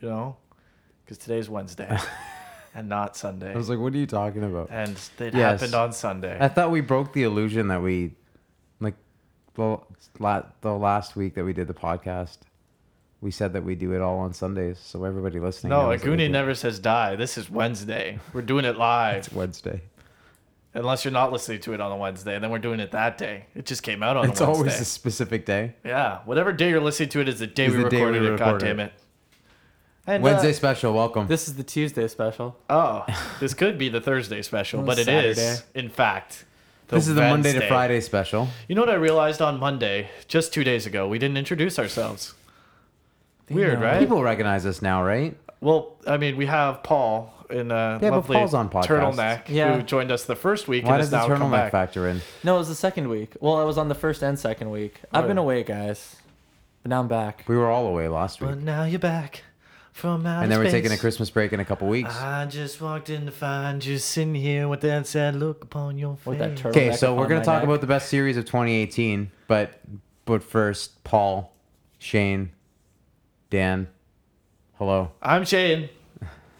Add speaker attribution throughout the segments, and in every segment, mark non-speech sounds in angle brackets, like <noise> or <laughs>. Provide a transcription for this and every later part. Speaker 1: you know, because today's
Speaker 2: <laughs>
Speaker 1: Wednesday and not Sunday.
Speaker 2: I was like, what are you talking about?
Speaker 1: and it
Speaker 2: Yes.
Speaker 1: happened on Sunday.
Speaker 2: I thought we broke the illusion that we, like, the la- the last week that we did the podcast, we said that we do it all on Sundays. So everybody listening,
Speaker 1: no,
Speaker 2: knows that we
Speaker 1: Aguni
Speaker 2: do-
Speaker 1: never says die. This is Wednesday. We're doing it live.
Speaker 2: It's Wednesday.
Speaker 1: Unless you're not listening to it on a Wednesday, and then we're doing it that day. It just came out on
Speaker 2: It's
Speaker 1: a Wednesday.
Speaker 2: always a specific day.
Speaker 1: Yeah, whatever day you're listening to it is the day
Speaker 2: Is
Speaker 1: we
Speaker 2: the day we
Speaker 1: recorded it. God
Speaker 2: recorded
Speaker 1: damn
Speaker 2: it.
Speaker 1: it! And, uh,
Speaker 2: Wednesday special. Welcome.
Speaker 3: This is the Tuesday special.
Speaker 2: <laughs>
Speaker 1: oh, this could be the Thursday special,
Speaker 3: Well,
Speaker 1: but it is
Speaker 3: Saturday.
Speaker 1: in fact.
Speaker 2: this is the Monday to
Speaker 1: Wednesday.
Speaker 2: Friday special.
Speaker 1: You know what I realized on Monday, just two days ago, we didn't introduce ourselves. Weird,
Speaker 3: know.
Speaker 1: right?
Speaker 2: People recognize us now, right?
Speaker 1: well, I mean, we have Paul in a
Speaker 2: Yeah, but
Speaker 1: lovely
Speaker 2: Paul's on podcasts.
Speaker 1: turtleneck
Speaker 3: Yeah.
Speaker 1: who joined us the first week
Speaker 2: Why
Speaker 1: and
Speaker 2: does
Speaker 1: is
Speaker 2: the
Speaker 1: now come
Speaker 2: turtleneck
Speaker 1: back.
Speaker 2: factor in?
Speaker 3: No, it was the second week. Well, I was on the first and second week. I've been
Speaker 1: yeah.
Speaker 3: away, guys, but now I'm back.
Speaker 2: We were all away last week,
Speaker 1: But now you're back from outer
Speaker 2: and then we're taking a
Speaker 1: space.
Speaker 2: Christmas break in a couple weeks.
Speaker 1: I just walked in to find you sitting here with that sad look upon your face.
Speaker 3: With that turtle.
Speaker 2: Okay,
Speaker 3: neck
Speaker 2: so
Speaker 3: upon
Speaker 2: we're gonna
Speaker 3: my
Speaker 2: talk
Speaker 3: neck.
Speaker 2: about the best series of 2018, but but first, Paul, Shane, Dan, hello.
Speaker 1: I'm Shane.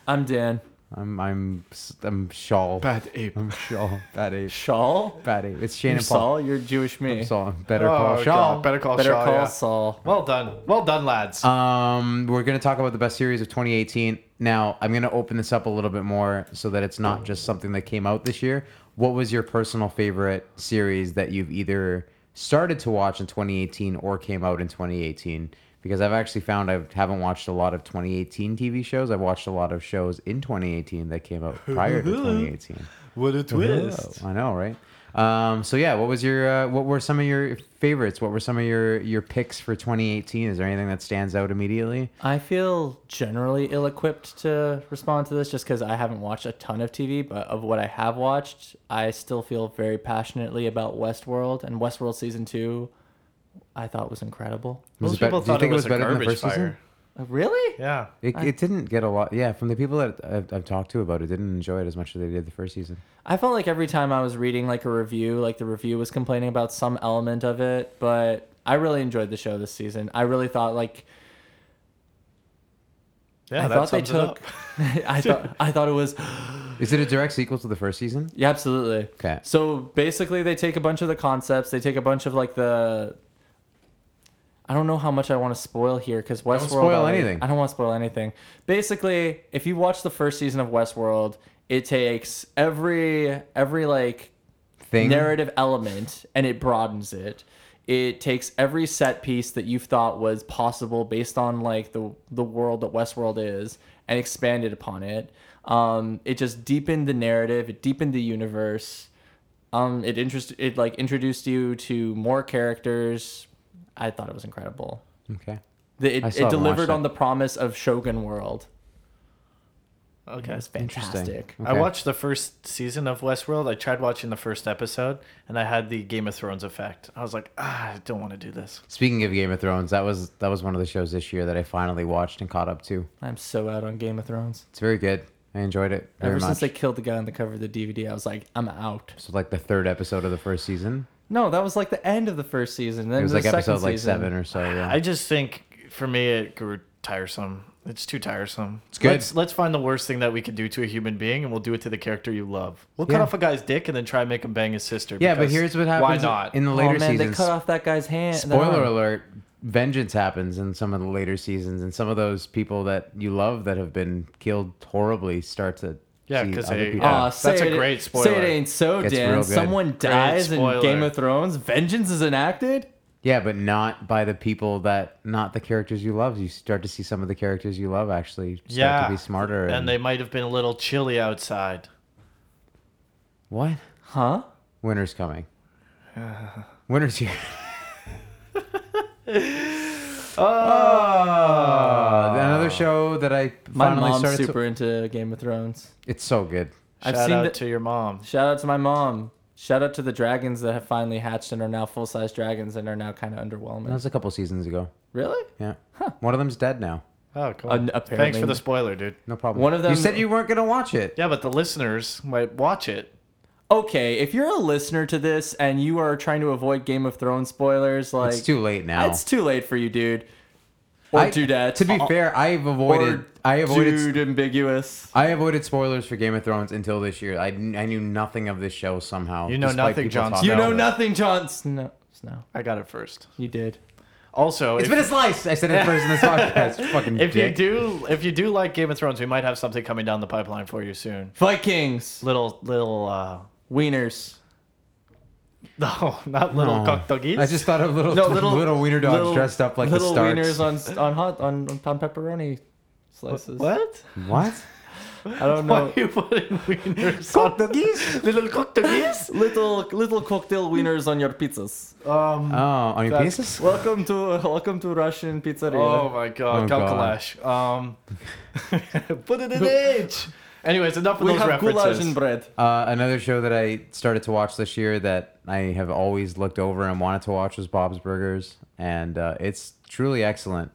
Speaker 3: I'm Dan
Speaker 2: I'm I'm I'm Shawl.
Speaker 1: Bad ape.
Speaker 2: I'm Shawl. Bad ape.
Speaker 3: Shawl.
Speaker 2: Bad ape. It's Shane
Speaker 3: You
Speaker 2: and Paul.
Speaker 3: Saul, you're Jewish me. Oh,
Speaker 2: Saul. Better call Shaw.
Speaker 1: Better call
Speaker 3: Better
Speaker 1: Shaw.
Speaker 3: call
Speaker 1: yeah.
Speaker 3: Saul.
Speaker 1: Well done. Well done, lads.
Speaker 2: Um, we're gonna talk about the best series of 2018. Now, I'm gonna open this up a little bit more so that it's not just something that came out this year. What was your personal favorite series that you've either started to watch in 2018 or came out in 2018? Because I've actually found I haven't watched a lot of 2018 TV shows. I've watched a lot of shows in 2018 that came out prior to 2018.
Speaker 1: what a
Speaker 2: I know, right? Um, so yeah, what was your uh, what were some of your favorites? What were some of your your picks for 2018? Is there anything that stands out immediately?
Speaker 3: I feel generally ill-equipped to respond to this, just because I haven't watched a ton of TV. But of what I have watched, I still feel very passionately about Westworld and Westworld season two. I thought was incredible.
Speaker 2: Was
Speaker 1: Most
Speaker 2: it bet-
Speaker 1: people
Speaker 2: do you
Speaker 1: thought
Speaker 2: think
Speaker 1: it
Speaker 2: it
Speaker 1: was
Speaker 2: was
Speaker 1: a
Speaker 2: better than the
Speaker 1: garbage
Speaker 2: first
Speaker 1: fire.
Speaker 2: season?
Speaker 3: Uh, Really?
Speaker 1: Yeah.
Speaker 2: It, it didn't get a lot. Yeah, from the people that I've, I've talked to about it, didn't enjoy it as much as they did the first season.
Speaker 3: I felt like every time I was reading like a review, like the review was complaining about some element of it, but I really enjoyed the show this season. I really thought like
Speaker 1: Yeah,
Speaker 3: I
Speaker 1: that
Speaker 3: thought they
Speaker 1: sums it up.
Speaker 3: took <laughs> I thought I thought it was
Speaker 2: Is it a direct sequel to the first season?
Speaker 3: Yeah, absolutely.
Speaker 2: Okay.
Speaker 3: So basically they take a bunch of the concepts, they take a bunch of like the I don't know how much I want to spoil here because Westworld.
Speaker 2: spoil
Speaker 3: already-
Speaker 2: anything.
Speaker 3: I don't want to spoil anything. Basically, if you watch the first season of Westworld, it takes every every like
Speaker 2: Thing.
Speaker 3: narrative element and it broadens it. It takes every set piece that you've thought was possible based on like the the world that Westworld is and expanded upon it. Um, it just deepened the narrative. It deepened the universe. Um, it interest it like introduced you to more characters. I thought it was incredible.
Speaker 2: Okay.
Speaker 3: The, it,
Speaker 2: I
Speaker 3: it
Speaker 2: still haven't watched
Speaker 3: delivered
Speaker 2: it.
Speaker 3: on the promise of Shogun World. It
Speaker 1: Okay.
Speaker 3: was fantastic.
Speaker 2: Interesting.
Speaker 1: I
Speaker 2: Okay.
Speaker 1: watched the first season of Westworld. I tried watching the first episode, and I had the Game of Thrones effect. I was like, ah, I don't want to do this.
Speaker 2: Speaking of Game of Thrones, that was that was one of the shows this year that I finally watched and caught up to.
Speaker 3: I'm so out on Game of Thrones.
Speaker 2: It's very good. I enjoyed it very
Speaker 3: Ever
Speaker 2: much.
Speaker 3: since they killed the guy on the cover of the DVD, I was like, I'm out.
Speaker 2: so like the third episode of the first season.
Speaker 3: No, that was like the end of the first season. Then
Speaker 2: It was
Speaker 3: the
Speaker 2: like
Speaker 3: second
Speaker 2: episode like
Speaker 3: season.
Speaker 2: seven or so. Yeah.
Speaker 1: I just think for me it grew tiresome. It's too tiresome. It's
Speaker 2: good.
Speaker 1: Let's, let's find the worst thing that we could do to a human being, and we'll do it to the character you love. We'll cut
Speaker 2: Yeah.
Speaker 1: off a guy's dick and then try and make him bang his sister.
Speaker 2: Yeah, but
Speaker 1: because
Speaker 2: here's what
Speaker 1: Why
Speaker 2: happens
Speaker 1: not?
Speaker 2: in the
Speaker 3: Oh
Speaker 2: later
Speaker 3: man, they
Speaker 2: seasons.
Speaker 3: cut off that guy's hand. that
Speaker 2: Spoiler
Speaker 3: arm.
Speaker 2: alert: vengeance happens in some of the later seasons, and some of those people that you love that have been killed horribly start to
Speaker 1: Yeah,
Speaker 2: see
Speaker 1: 'cause
Speaker 2: other
Speaker 1: they-
Speaker 2: people.
Speaker 1: yeah.
Speaker 3: Aw,
Speaker 1: That's
Speaker 3: say
Speaker 1: a
Speaker 3: it-
Speaker 1: great
Speaker 3: Say
Speaker 1: spoiler.
Speaker 3: it ain't so,
Speaker 2: Gets real
Speaker 3: Dan.
Speaker 2: good.
Speaker 3: Someone dies in
Speaker 1: spoiler.
Speaker 3: Game of Thrones. Vengeance is enacted.
Speaker 2: Yeah, but not by the people that not the characters you love. You start to see some of the characters you love actually start
Speaker 1: yeah,
Speaker 2: to be smarter.
Speaker 1: and they might have been a little chilly outside.
Speaker 2: what?
Speaker 3: Huh?
Speaker 2: Winter's
Speaker 1: <sighs>
Speaker 2: coming. Winter's here. <laughs>
Speaker 1: Oh.
Speaker 2: Uh, another show that I
Speaker 3: My
Speaker 2: finally
Speaker 3: mom's
Speaker 2: started.
Speaker 3: super into Game of Thrones.
Speaker 2: To, it's so good.
Speaker 3: I've
Speaker 1: Shout
Speaker 3: seen
Speaker 1: out
Speaker 3: the-
Speaker 1: to your mom.
Speaker 3: Shout out to my mom. Shout out to the dragons that have finally hatched and are now full size dragons and are now kind of underwhelming.
Speaker 2: That was a couple seasons ago.
Speaker 3: really?
Speaker 2: Yeah, one of them's dead now.
Speaker 1: Oh, cool.
Speaker 3: Un-
Speaker 1: Thanks
Speaker 3: apparently-
Speaker 1: for the spoiler, dude.
Speaker 2: No problem.
Speaker 3: One of them-
Speaker 2: You said you weren't gonna watch it.
Speaker 1: Yeah, but the listeners might watch it.
Speaker 3: Okay, if you're a listener to this and you are trying to avoid Game of Thrones spoilers, like
Speaker 2: it's too late now.
Speaker 3: It's too late for you, dude. Or
Speaker 2: I-
Speaker 3: Dudette.
Speaker 2: To be fair, I've avoided.
Speaker 3: Or
Speaker 2: I avoided.
Speaker 3: dude ambiguous.
Speaker 2: I avoided spoilers for Game of Thrones until this year. I, kn- I knew nothing of this show somehow.
Speaker 1: You know
Speaker 2: despite
Speaker 1: nothing,
Speaker 2: people
Speaker 1: Jon
Speaker 2: talking
Speaker 1: Snow.
Speaker 3: You
Speaker 2: about
Speaker 3: know
Speaker 2: it.
Speaker 3: nothing, John Snow. Snow.
Speaker 1: I got it first.
Speaker 3: You did.
Speaker 1: Also,
Speaker 2: It's
Speaker 1: if-
Speaker 2: been a slice. I said it first in
Speaker 3: <laughs>
Speaker 2: this podcast. Fucking
Speaker 1: if you
Speaker 2: dick.
Speaker 1: do if you do like Game of Thrones, we might have something coming down the pipeline for you soon.
Speaker 3: Vikings.
Speaker 1: Little little uh <laughs>
Speaker 3: Wieners.
Speaker 1: no, not little
Speaker 2: Oh.
Speaker 1: cock doggies.
Speaker 2: I just thought of little
Speaker 1: No,
Speaker 2: little,
Speaker 1: little-
Speaker 2: wiener dogs
Speaker 3: Little-
Speaker 2: dressed up like the
Speaker 3: little
Speaker 2: Starks.
Speaker 3: wieners on on hot on on pepperoni slices.
Speaker 1: what?
Speaker 2: what?
Speaker 3: I don't
Speaker 1: Why
Speaker 3: know.
Speaker 1: are you putting wieners
Speaker 2: Cock
Speaker 1: on <laughs>
Speaker 2: doggies?
Speaker 1: little cock
Speaker 3: <laughs>
Speaker 1: doggies?
Speaker 3: little little cocktail wieners on your pizzas.
Speaker 1: Um.
Speaker 2: Oh, on your
Speaker 1: That's-
Speaker 2: pieces?
Speaker 3: Welcome to welcome to Russian
Speaker 1: Oh
Speaker 3: pizzeria.
Speaker 1: my god,
Speaker 2: Oh
Speaker 1: oh,
Speaker 2: God.
Speaker 1: Kalkalash. Um, <laughs> put it in age. Anyways, enough of
Speaker 3: we
Speaker 1: those
Speaker 3: have goulash
Speaker 1: references.
Speaker 3: and bread.
Speaker 2: Uh, another show that I started to watch this year that I have always looked over and wanted to watch was Bob's Burgers, and uh, it's truly excellent.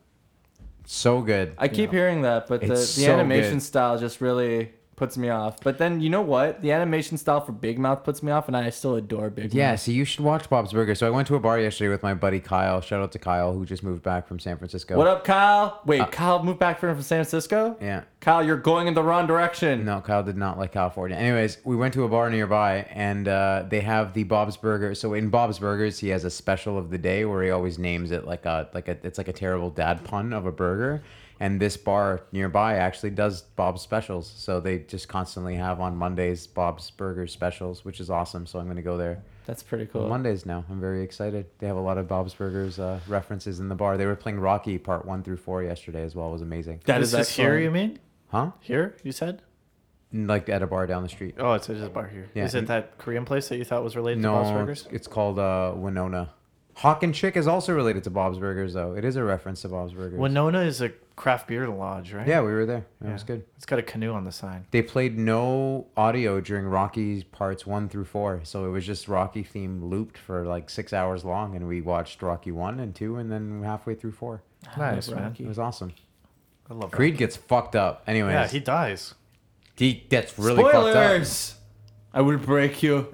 Speaker 2: So good.
Speaker 3: I keep hearing that, but the, the
Speaker 2: It's so
Speaker 3: animation
Speaker 2: good.
Speaker 3: style just really puts me off. But then you know what? The animation style for Big Mouth puts me off, and I still adore Big
Speaker 2: Yeah,
Speaker 3: Mouth.
Speaker 2: so you should watch Bob's Burgers. So I went to a bar yesterday with my buddy Kyle. Shout out to Kyle who just moved back from San Francisco.
Speaker 3: What up, Kyle? Wait, Kyle moved back from San Francisco.
Speaker 2: Uh, Yeah.
Speaker 3: Kyle, you're going in the wrong direction.
Speaker 2: No, Kyle did not like California. Anyways, we went to a bar nearby, and uh, they have the Bob's Burger. So in Bob's Burgers, he has a special of the day where he always names it like a like a it's like a terrible dad pun of a burger. And this bar nearby actually does Bob's specials, so they just constantly have on Mondays Bob's Burger specials, which is awesome. So I'm gonna go there
Speaker 3: That's pretty cool.
Speaker 2: on Mondays now. I'm very excited. They have a lot of Bob's Burgers uh, references in the bar. They were playing Rocky Part One through Four yesterday as well. It was amazing.
Speaker 3: That
Speaker 1: This
Speaker 3: is
Speaker 1: is here, you
Speaker 3: excellent.
Speaker 1: mean?
Speaker 2: Huh?
Speaker 1: Here, you said?
Speaker 2: Like at a bar down the street.
Speaker 1: Oh, it's just a bar here. Is
Speaker 2: Yeah.
Speaker 1: it that Korean place that you thought was related to
Speaker 2: No,
Speaker 1: Bob's Burgers?
Speaker 2: it's- it's called uh, Winona. Hawk and Chick is also related to Bob's Burgers, though. It is a reference to Bob's Burgers.
Speaker 1: Winona is a craft beer lodge, right?
Speaker 2: yeah, we were there. That
Speaker 1: Yeah.
Speaker 2: was good.
Speaker 1: It's got a canoe on the sign.
Speaker 2: They played no audio during Rocky's parts one through four, so it was just Rocky theme looped for like six hours long, and we watched Rocky one and two, and then halfway through four.
Speaker 1: Nice, man.
Speaker 2: It was awesome.
Speaker 1: I love
Speaker 2: Creed gets fucked up. Anyways,
Speaker 1: Yeah, he dies.
Speaker 2: he, gets really fucked up.
Speaker 3: Spoilers. I will break you.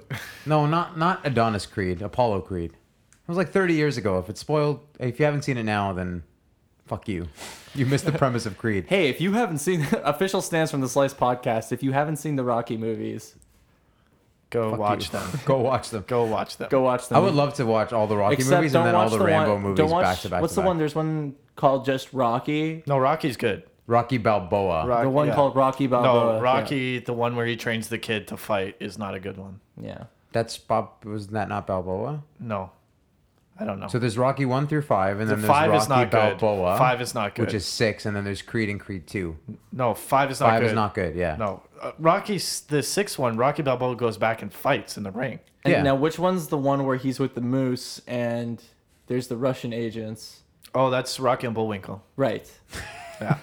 Speaker 2: No, not not Adonis Creed, Apollo Creed. It was like 30 years ago. If it's spoiled, if you haven't seen it now, then fuck you. You missed the premise of Creed. <laughs>
Speaker 3: Hey, if you haven't seen <laughs> official stance from the Slice podcast, if you haven't seen the Rocky movies,
Speaker 1: Go
Speaker 2: Fuck
Speaker 1: watch
Speaker 2: you. <laughs>
Speaker 1: them.
Speaker 2: Go watch them.
Speaker 1: Go watch them.
Speaker 3: go watch them.
Speaker 2: I would love to watch all the Rocky movies and then all the, Rambo
Speaker 3: one,
Speaker 2: movies
Speaker 3: don't watch,
Speaker 2: back to back.
Speaker 3: What's
Speaker 2: to
Speaker 3: the
Speaker 2: back.
Speaker 3: one? There's one called just Rocky.
Speaker 1: No, Rocky's good.
Speaker 2: Rocky Balboa.
Speaker 1: Rock-
Speaker 3: The one
Speaker 1: yeah.
Speaker 3: called Rocky Balboa.
Speaker 1: No, Rocky, the one where he trains the kid to fight, is not a good one.
Speaker 3: Yeah. yeah.
Speaker 2: That's Bob. Was that not Balboa?
Speaker 1: No, I don't know.
Speaker 2: So there's Rocky one through five, and then
Speaker 1: The
Speaker 2: there's
Speaker 1: five
Speaker 2: Rocky
Speaker 1: is not good.
Speaker 2: Balboa.
Speaker 1: Five is not good.
Speaker 2: Which is six, and then there's Creed and Creed two.
Speaker 1: no, five is not
Speaker 2: Five
Speaker 1: good.
Speaker 2: is not good. Yeah.
Speaker 1: No, uh, Rocky's the sixth one. Rocky Balboa goes back and fights in the ring.
Speaker 3: And
Speaker 2: Yeah.
Speaker 3: now which one's the one where he's with the moose and there's the Russian agents?
Speaker 1: Oh, that's Rocky and Bullwinkle.
Speaker 3: Right.
Speaker 1: Yeah.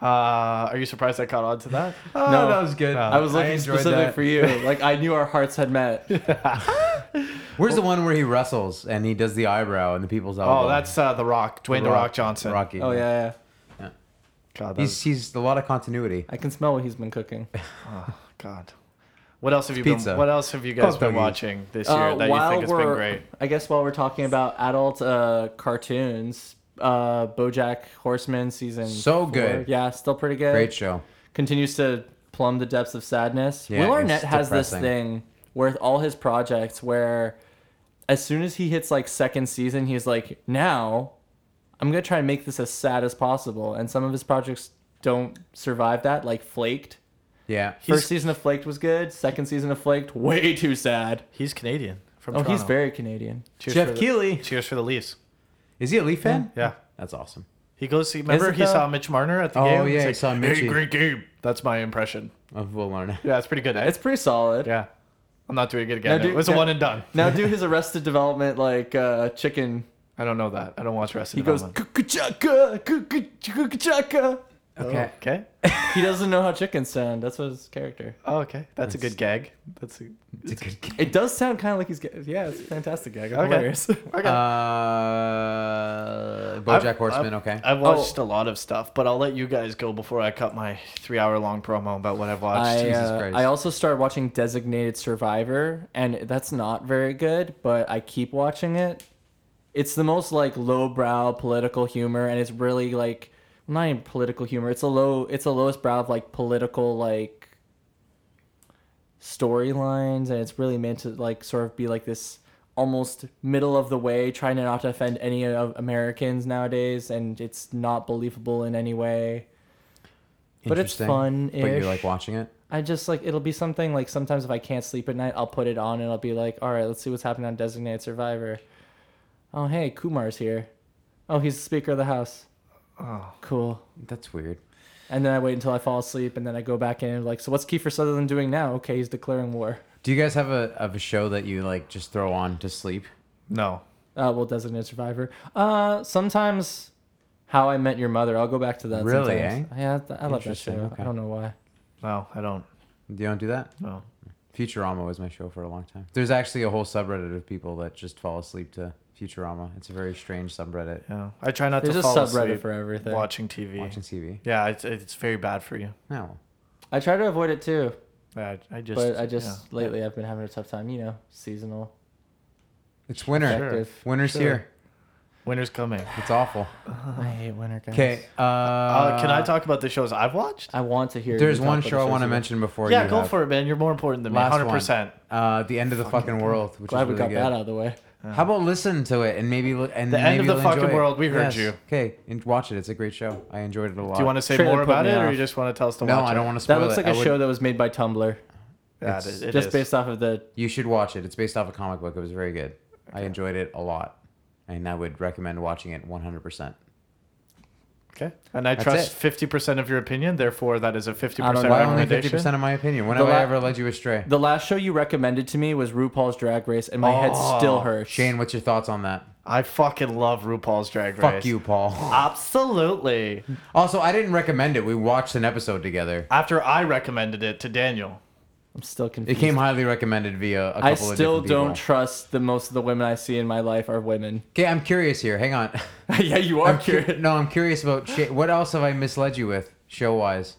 Speaker 1: uh, are you surprised I caught on to that?
Speaker 2: Oh,
Speaker 3: No.
Speaker 2: that was
Speaker 1: <laughs>
Speaker 2: good.
Speaker 1: No.
Speaker 3: I was
Speaker 2: I
Speaker 3: looking
Speaker 2: enjoyed
Speaker 3: specific
Speaker 2: that.
Speaker 3: for you. <laughs> Like I knew our hearts had met.
Speaker 2: Where's the one where he wrestles and he does the eyebrow and the people's elbow?
Speaker 1: Oh, that's uh, the Rock, Dwayne the Rock, Johnson.
Speaker 2: Rocky.
Speaker 3: Oh yeah, yeah.
Speaker 1: God, that
Speaker 2: He's he's a lot of continuity.
Speaker 3: I can smell what he's been cooking.
Speaker 1: oh, God. What else have you
Speaker 2: pizza.
Speaker 1: been? What else have you guys
Speaker 2: Hot
Speaker 1: been
Speaker 2: doggies.
Speaker 1: watching this year
Speaker 3: Uh,
Speaker 1: that you think has been
Speaker 3: we're-
Speaker 1: great?
Speaker 3: I guess while we're talking about adult uh, cartoons, uh, BoJack Horseman season
Speaker 2: So
Speaker 3: four,
Speaker 2: good.
Speaker 3: yeah, still pretty good.
Speaker 2: Great show.
Speaker 3: Continues to plumb the depths of sadness.
Speaker 2: Yeah,
Speaker 3: Will
Speaker 2: it's
Speaker 3: Arnett has this
Speaker 2: depressing.
Speaker 3: thing with all his projects where, as soon as he hits like second season, he's like, now, I'm gonna try and make this as sad as possible. And some of his projects don't survive that, like Flaked.
Speaker 2: Yeah.
Speaker 3: First season of Flaked was good. Second season of Flaked, way <laughs> too sad.
Speaker 1: He's Canadian from
Speaker 3: Oh,
Speaker 1: Toronto.
Speaker 3: he's very Canadian.
Speaker 1: Cheers
Speaker 2: Jeff
Speaker 1: for the-
Speaker 2: Keighley.
Speaker 1: Cheers for the Leafs.
Speaker 2: Is he a Leaf fan?
Speaker 1: Yeah.
Speaker 2: That's awesome.
Speaker 1: He goes. See, remember,
Speaker 3: Isn't
Speaker 1: he
Speaker 3: that-
Speaker 1: saw Mitch Marner at the
Speaker 2: Oh,
Speaker 1: game.
Speaker 2: yeah,
Speaker 1: He's
Speaker 2: he
Speaker 1: like,
Speaker 2: saw
Speaker 1: "Hey,
Speaker 2: Mitchie."
Speaker 1: great game. That's my impression.
Speaker 2: Of Will <laughs> Arnett.
Speaker 1: Yeah, it's pretty good. eh?
Speaker 3: It's pretty solid.
Speaker 1: yeah. I'm not doing it again. eh?
Speaker 3: Now do-
Speaker 1: it was a
Speaker 3: now-
Speaker 1: one and done.
Speaker 3: Now do his Arrested Development like uh, chicken.
Speaker 1: I don't know that. I don't watch wrestling.
Speaker 3: He goes "Cuckoo-chaka, cuckoo-chaka."
Speaker 1: Oh.
Speaker 2: Okay.
Speaker 1: okay.
Speaker 3: He doesn't know how chickens sound. That's what his character.
Speaker 1: Oh, okay. That's a good gag. That's a,
Speaker 2: It's a good game.
Speaker 3: It does sound kind of like he's. ga- Yeah, it's a fantastic gag. It's
Speaker 1: Okay.
Speaker 3: Hilarious. <laughs>
Speaker 1: okay.
Speaker 2: Uh, BoJack
Speaker 1: I've-
Speaker 2: Horseman.
Speaker 1: I've-
Speaker 2: okay.
Speaker 1: I've watched a lot of stuff, but I'll let you guys go before I cut my three-hour-long promo about what I've watched.
Speaker 3: I,
Speaker 2: Jesus
Speaker 3: uh,
Speaker 2: Christ.
Speaker 3: I also started watching Designated Survivor, and that's not very good, but I keep watching it. it's the most like lowbrow political humor, and it's really like not even political humor. It's a low. It's the lowest brow of like political like storylines, and it's really meant to like sort of be like this almost middle of the way, trying to not to offend any of Americans nowadays, and it's not believable in any way. But it's
Speaker 2: Interesting.
Speaker 3: fun-ish.
Speaker 2: But you like watching it?
Speaker 3: I just like it'll be something like sometimes if I can't sleep at night, I'll put it on and I'll be like, all right, let's see what's happening on Designated Survivor. Oh hey, Kumar's here. Oh, he's the Speaker of the House.
Speaker 1: Oh.
Speaker 3: Cool.
Speaker 2: That's weird.
Speaker 3: And then I wait until I fall asleep, and then I go back in and like, so what's Kiefer Sutherland doing now? Okay, he's declaring war.
Speaker 2: Do you guys have a of a show that you like just throw on to sleep?
Speaker 1: No.
Speaker 3: Uh, well, Designated Survivor. Uh, sometimes How I Met Your Mother. I'll go back to that.
Speaker 2: Really,
Speaker 3: sometimes. Yeah, th- I love that show.
Speaker 2: Interesting, okay.
Speaker 3: I don't know why.
Speaker 1: No, I don't.
Speaker 2: You don't do that?
Speaker 1: No.
Speaker 2: Futurama was my show for a long time. There's actually a whole subreddit of people that just fall asleep to Futurama. It's a very strange subreddit.
Speaker 1: Yeah. I try not
Speaker 3: There's
Speaker 1: to
Speaker 3: a
Speaker 1: fall
Speaker 3: subreddit
Speaker 1: asleep
Speaker 3: for everything.
Speaker 1: watching TV.
Speaker 2: Watching Oh, TV.
Speaker 1: Yeah, it's, it's very bad for you.
Speaker 2: No.
Speaker 3: I try to avoid it too,
Speaker 1: I, I just.
Speaker 3: but I just
Speaker 1: yeah.
Speaker 3: lately I've been having a tough time. You know, seasonal.
Speaker 2: It's winter.
Speaker 1: Sure.
Speaker 3: Effective.
Speaker 2: Winter's
Speaker 1: Sure.
Speaker 2: here.
Speaker 1: Winter's coming.
Speaker 2: It's awful.
Speaker 3: I hate winter guys.
Speaker 2: Okay. Uh,
Speaker 1: Uh, can I talk about the shows I've watched?
Speaker 3: I want to hear.
Speaker 2: There's
Speaker 3: you talk
Speaker 2: one
Speaker 3: about
Speaker 2: show I
Speaker 3: the
Speaker 2: want to
Speaker 3: shows you-
Speaker 2: mention before
Speaker 1: Yeah,
Speaker 2: you
Speaker 1: go
Speaker 2: have.
Speaker 1: for it, man. You're more important than me.
Speaker 2: Last one.
Speaker 1: 100%.
Speaker 2: Uh, the end of the fucking world, which
Speaker 3: Glad
Speaker 2: is
Speaker 3: we
Speaker 2: really
Speaker 3: got
Speaker 2: good.
Speaker 3: that out of the way.
Speaker 2: How about listen to it and maybe li- and
Speaker 1: The end of
Speaker 2: maybe
Speaker 1: the
Speaker 2: you'll
Speaker 1: fucking
Speaker 2: enjoy it.
Speaker 1: world, we heard
Speaker 2: Yes.
Speaker 1: you.
Speaker 2: Okay, and watch it. It's a great show. I enjoyed it a lot.
Speaker 1: Do you want to say
Speaker 3: Trailer
Speaker 1: more
Speaker 3: put
Speaker 1: about
Speaker 3: me
Speaker 1: it, or
Speaker 3: off.
Speaker 1: you just want to tell us to
Speaker 2: No,
Speaker 1: watch
Speaker 2: I don't
Speaker 1: it?
Speaker 2: want to spoil
Speaker 3: That looks
Speaker 2: it.
Speaker 3: like
Speaker 2: I
Speaker 3: a
Speaker 2: would-
Speaker 3: show that was made by Tumblr,
Speaker 1: Yeah,
Speaker 2: It's
Speaker 1: it, it
Speaker 3: just
Speaker 1: is.
Speaker 3: based off of the.
Speaker 2: You should watch it. It's based off a comic book. It was very good. I enjoyed it a lot, and I would recommend watching it 100. percent
Speaker 1: Okay. And I
Speaker 2: That's
Speaker 1: trust
Speaker 2: it.
Speaker 1: 50% of your opinion, therefore, that is a 50%
Speaker 3: I don't know.
Speaker 2: Why only 50
Speaker 1: recommendation.
Speaker 2: percent of my opinion? When have
Speaker 3: The
Speaker 2: I
Speaker 3: la-
Speaker 2: ever led you astray?
Speaker 3: The last show you recommended to me was RuPaul's Drag Race, and my head still hurts.
Speaker 2: Oh, Shane, what's your thoughts on that?
Speaker 1: I fucking love RuPaul's Drag Race.
Speaker 2: Fuck you, Paul. <laughs>
Speaker 1: Absolutely.
Speaker 2: Also, I didn't recommend it. We watched an episode together.
Speaker 1: After I recommended it to Daniel.
Speaker 3: I'm still
Speaker 2: It
Speaker 3: confused.
Speaker 2: came highly recommended via a couple
Speaker 3: I
Speaker 2: of different
Speaker 3: still
Speaker 2: people.
Speaker 3: don't trust the most of the women I see in my life are women. <laughs>
Speaker 2: Okay, I'm curious here. Hang on.
Speaker 3: yeah, you are
Speaker 2: I'm cur- <laughs>
Speaker 3: curious.
Speaker 2: no, I'm curious about Sha- what else have I misled you with show wise?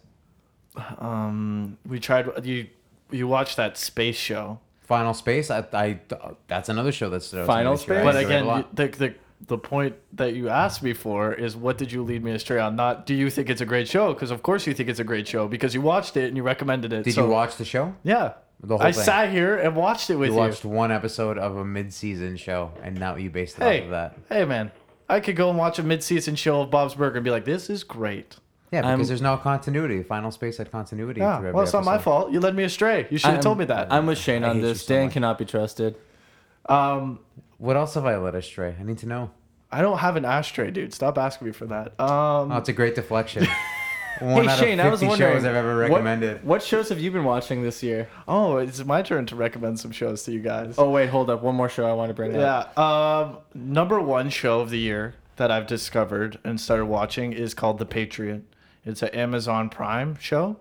Speaker 1: Um, we tried you. You watched that space show,
Speaker 2: Final Space. I, I that's another show that's
Speaker 3: Final Space?
Speaker 1: but
Speaker 3: enjoyed
Speaker 1: again, you- the, the the point that you asked me for is what did you lead me astray on? Not do you think it's a great show? Because of course you think it's a great show because you watched it and you recommended it.
Speaker 2: did
Speaker 1: so-
Speaker 2: you watch the show?
Speaker 1: Yeah,
Speaker 2: The whole
Speaker 1: I
Speaker 2: thing?
Speaker 1: sat here and watched it with
Speaker 2: You
Speaker 1: you.
Speaker 2: watched one episode of a mid-season show, and now you based it off
Speaker 1: hey,
Speaker 2: of that.
Speaker 1: hey, man, I could go and watch a mid-season show of Bob's Burger and be like, this is great.
Speaker 2: Yeah, because
Speaker 3: I'm-
Speaker 2: there's no continuity. Final Space had continuity.
Speaker 1: Yeah,
Speaker 2: through every
Speaker 1: well, it's not my
Speaker 2: episode.
Speaker 1: fault. You led me astray. You should have
Speaker 3: I'm-
Speaker 1: told me that.
Speaker 3: I'm with Shane
Speaker 2: I
Speaker 3: on
Speaker 2: hate you
Speaker 3: this.
Speaker 2: so
Speaker 3: Dan
Speaker 2: much.
Speaker 3: cannot be trusted.
Speaker 1: um,
Speaker 2: What else have I led astray? I need to know.
Speaker 1: I don't have an ashtray, dude. Stop asking me for that. Um,
Speaker 2: Oh, it's a great
Speaker 3: <laughs>
Speaker 2: deflection. One out
Speaker 3: hey
Speaker 2: of
Speaker 3: Shane, I was
Speaker 2: 50
Speaker 3: wondering
Speaker 2: shows I've ever
Speaker 3: what-
Speaker 2: recommended.
Speaker 3: What, shows have you been watching this
Speaker 2: <laughs>
Speaker 3: year?
Speaker 1: oh, it's my turn to recommend some shows to you guys.
Speaker 3: Oh wait, hold up. One more show I want to bring up.
Speaker 1: Yeah. Um, number one show of the year that I've discovered and started watching is called The Patriot. It's an Amazon Prime show,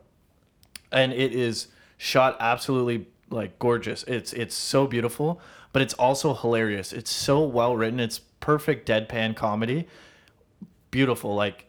Speaker 1: and it is shot absolutely like gorgeous. It's it's so beautiful, but it's also hilarious. It's so well written. It's perfect deadpan comedy. Beautiful, like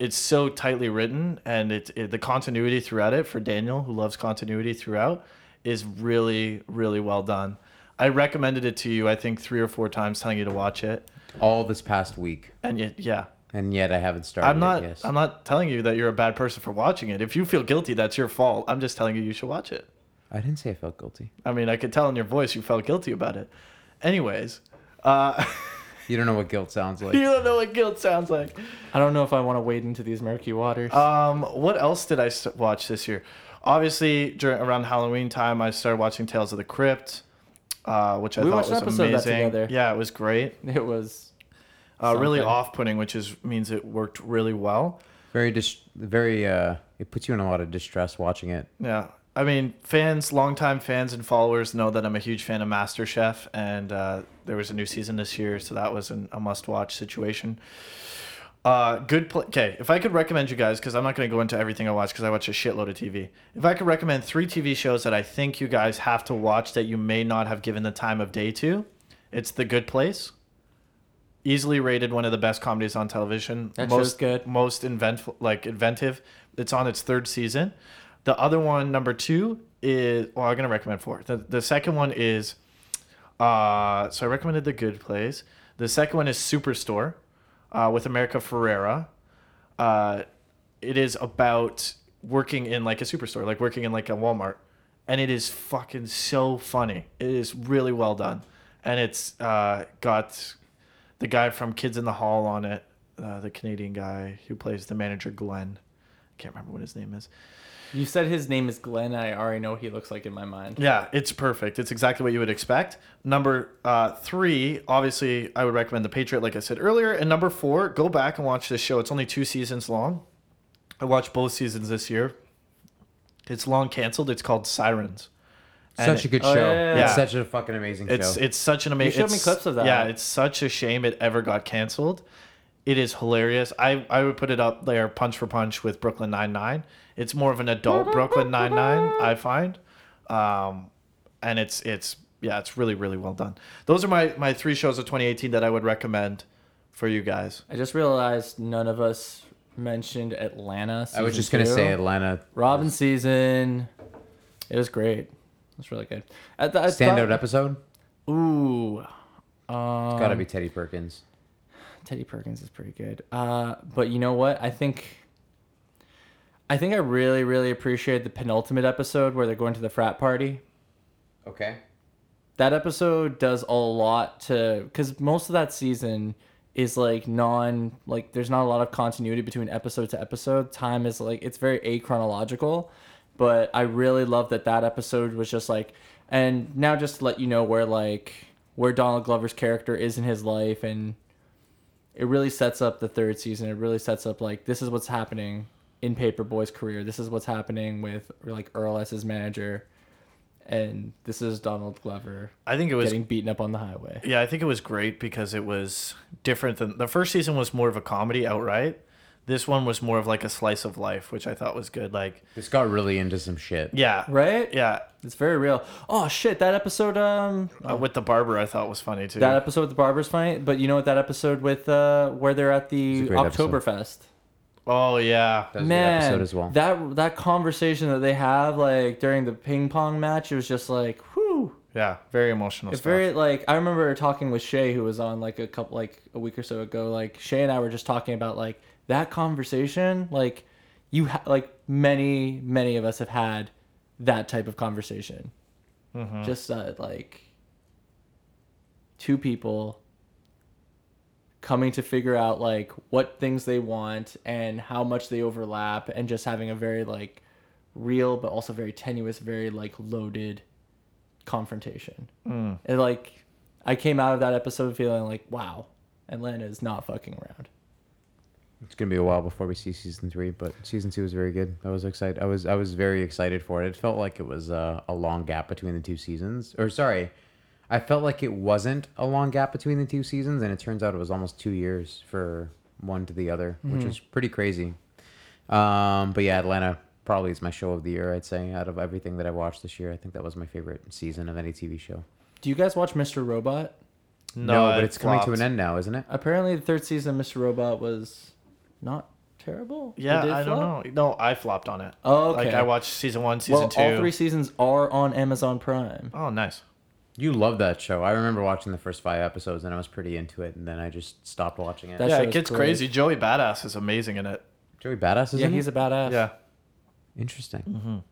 Speaker 1: it's so tightly written and it, it the continuity throughout it for Daniel who loves continuity throughout is really really well done. I recommended it to you I think 3 or 4 times telling you to watch it
Speaker 2: All this past week,
Speaker 1: and yet yeah.
Speaker 2: and yet I haven't started.
Speaker 1: I'm not
Speaker 2: It, yes.
Speaker 1: I'm not telling you that you're a bad person for watching it. If you feel guilty that's your fault. I'm just telling you you should watch it.
Speaker 2: I didn't say I felt guilty.
Speaker 1: I mean, I could tell in your voice you felt guilty about it. Anyways, uh
Speaker 2: You don't know what guilt sounds like.
Speaker 1: you don't know what guilt sounds like.
Speaker 3: I don't know if I want to wade into these murky waters.
Speaker 2: Oh,
Speaker 1: Um, what else did I s- watch this year? Obviously, during around Halloween time, I started watching Tales of the Crypt, uh, which I
Speaker 3: We
Speaker 1: thought
Speaker 3: watched an
Speaker 1: was
Speaker 3: episode of that
Speaker 1: amazing.
Speaker 3: together.
Speaker 1: Yeah, it was great.
Speaker 3: <laughs> it was
Speaker 1: Uh, really
Speaker 3: Something.
Speaker 1: off-putting, which is means it worked really well.
Speaker 2: Very dis- very uh it puts you in a lot of distress watching it.
Speaker 1: Yeah. I mean, fans, longtime fans and followers know that I'm a huge fan of MasterChef, and uh, there was a new season this year, so that was an, a must-watch situation. Uh, good. Pl- okay, if I could recommend you guys, because I'm not going to go into everything I watch, because I watch a shitload of TV. If I could recommend three TV shows that I think you guys have to watch that you may not have given the time of day to, it's The Good Place. Easily rated one of the best comedies on television.
Speaker 3: That show's
Speaker 1: most
Speaker 3: good.
Speaker 1: most invent like inventive. It's on its third season. The other one, number two, is well, I'm gonna recommend four. The the second one is uh, so I recommended The Good Place. The second one is Superstore uh, with America Ferrera. Uh, it is about working in like a superstore, like working in like a Walmart, and it is fucking so funny. It is really well done, and it's uh, got the guy from Kids in the Hall on it, uh, the Canadian guy who plays the manager Glenn. I can't remember what his name is.
Speaker 3: You said his name is Glenn. I already know what he looks like in my mind.
Speaker 1: Yeah, it's perfect. It's exactly what you would expect. Number uh, three, obviously, I would recommend The Patriot, like I said earlier. And number four, go back and watch this show. It's only two seasons long. I watched both seasons this year. It's long canceled. It's called Sirens.
Speaker 2: Such a
Speaker 1: it-
Speaker 2: good
Speaker 3: oh,
Speaker 2: show.
Speaker 3: yeah, yeah,
Speaker 1: yeah.
Speaker 2: It's such a fucking amazing
Speaker 1: It's
Speaker 2: show.
Speaker 1: it's such an amazing.
Speaker 3: showed me clips of that.
Speaker 1: Yeah, it's such a shame it ever got canceled. It is hilarious. I, I would put it up there punch for punch with Brooklyn Nine Nine. It's more of an adult Brooklyn Nine Nine, I find, um, and it's it's yeah, it's really really well done. Those are my my three shows of 2018 that I would recommend for you guys.
Speaker 3: I just realized none of us mentioned Atlanta.
Speaker 2: I was
Speaker 3: season
Speaker 2: just gonna
Speaker 3: two.
Speaker 2: say Atlanta
Speaker 3: Robin season. It was great. It's really good. At the, I
Speaker 2: standout
Speaker 3: thought-
Speaker 2: episode.
Speaker 3: Ooh. Um,
Speaker 2: Gotta be Teddy Perkins.
Speaker 3: Teddy Perkins is pretty good. Uh, but you know what? I think I think I really, really appreciate the penultimate episode where they're going to the frat party.
Speaker 2: Okay.
Speaker 3: That episode does a lot to because most of that season is like non like there's not a lot of continuity between episode to episode. Time is like it's very achronological, but I really love that that episode was just like and now just to let you know where like where Donald Glover's character is in his life and it really sets up the third season. It really sets up like this is what's happening in Paperboy's career. This is what's happening with like Earl as his manager, and this is Donald Glover
Speaker 1: I think it was
Speaker 3: getting beaten up on the highway.
Speaker 1: Yeah, I think it was great because it was different than the first season was more of a comedy outright. This one was more of like a slice of life, which I thought was good. Like,
Speaker 2: This got really into some shit.
Speaker 1: yeah,
Speaker 3: Right?
Speaker 1: yeah,
Speaker 3: It's very real. Oh shit! That episode, um,
Speaker 1: uh, with the barber, I thought was funny too.
Speaker 3: that episode with the barbers fight. But you know what? That episode with uh, where they're at the
Speaker 2: It's a great episode.
Speaker 3: Oktoberfest.
Speaker 1: oh yeah,
Speaker 2: That was a good
Speaker 3: Man,
Speaker 2: episode as well.
Speaker 3: that that conversation that they have like during the ping pong match, it was just like, whew.
Speaker 1: yeah, very emotional
Speaker 3: It's
Speaker 1: stuff.
Speaker 3: very like I remember talking with Shay, who was on like a couple like a week or so ago. Like Shay and I were just talking about like that conversation. Like you ha- like many many of us have had that type of conversation. Just uh, like two people coming to figure out like what things they want and how much they overlap, and just having a very like real but also very tenuous, very like loaded confrontation. And like, I came out of that episode feeling like, wow, Atlanta is not fucking around.
Speaker 2: It's gonna be a while before we see season three, but season two was very good. I was excited. I was I was very excited for it. It felt like it was uh, a long gap between the two seasons, or sorry, I felt like it wasn't a long gap between the two seasons, and it turns out it was almost two years for one to the other, which is
Speaker 1: Mm-hmm.
Speaker 2: pretty crazy. Um, but yeah, Atlanta probably is my show of the year. I'd say out of everything that I watched this year, I think that was my favorite season of any TV show.
Speaker 3: Do you guys watch Mr. Robot?
Speaker 2: No, but
Speaker 1: it
Speaker 2: it's coming to
Speaker 1: flopped.
Speaker 2: an end now, isn't it?
Speaker 3: Apparently, the third season of Mr. Robot was not terrible. It did
Speaker 1: Yeah, I
Speaker 3: flop?
Speaker 1: don't know. No, I flopped on it.
Speaker 3: Oh, okay.
Speaker 1: Like I watched season one, season
Speaker 3: Well,
Speaker 1: two.
Speaker 3: all three seasons are on Amazon Prime.
Speaker 1: Oh, nice.
Speaker 2: You love that show. I remember watching the first five episodes and I was pretty into it, and then I just stopped watching it.
Speaker 3: That
Speaker 1: yeah,
Speaker 3: show
Speaker 1: it
Speaker 3: is
Speaker 1: gets
Speaker 3: great.
Speaker 1: crazy. Joey Badass is amazing in it.
Speaker 2: Joey Badass is
Speaker 3: Yeah,
Speaker 2: in
Speaker 3: he's Mm-hmm.
Speaker 2: it?
Speaker 3: a badass.
Speaker 1: Yeah,
Speaker 2: interesting.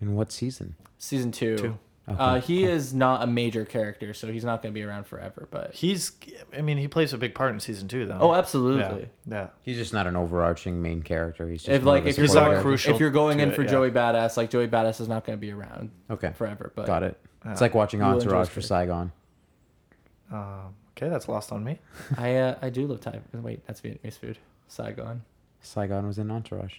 Speaker 2: In what season?
Speaker 3: Season two.
Speaker 1: Two.
Speaker 3: Uh, he is not a major character, so he's not going to be around forever. But
Speaker 1: he's. I mean, he plays a big part in season two, though.
Speaker 3: oh,
Speaker 1: yeah,
Speaker 3: absolutely.
Speaker 1: yeah.
Speaker 2: He's just not an overarching main character. He's just
Speaker 3: If like if you're
Speaker 1: He's not
Speaker 3: going,
Speaker 1: crucial
Speaker 3: if you're going
Speaker 1: to
Speaker 3: in
Speaker 1: it,
Speaker 3: for
Speaker 1: yeah.
Speaker 3: Joey Badass, like Joey Badass is not going to be around
Speaker 2: okay,
Speaker 3: forever. But
Speaker 2: got it. It's like watching
Speaker 3: You'll enjoy
Speaker 2: Entourage
Speaker 3: uh, it.
Speaker 2: for Saigon.
Speaker 1: Um, okay, that's lost on me.
Speaker 3: I uh, I do love Thai. Wait, that's Vietnamese food. Saigon.
Speaker 2: Saigon was in Entourage.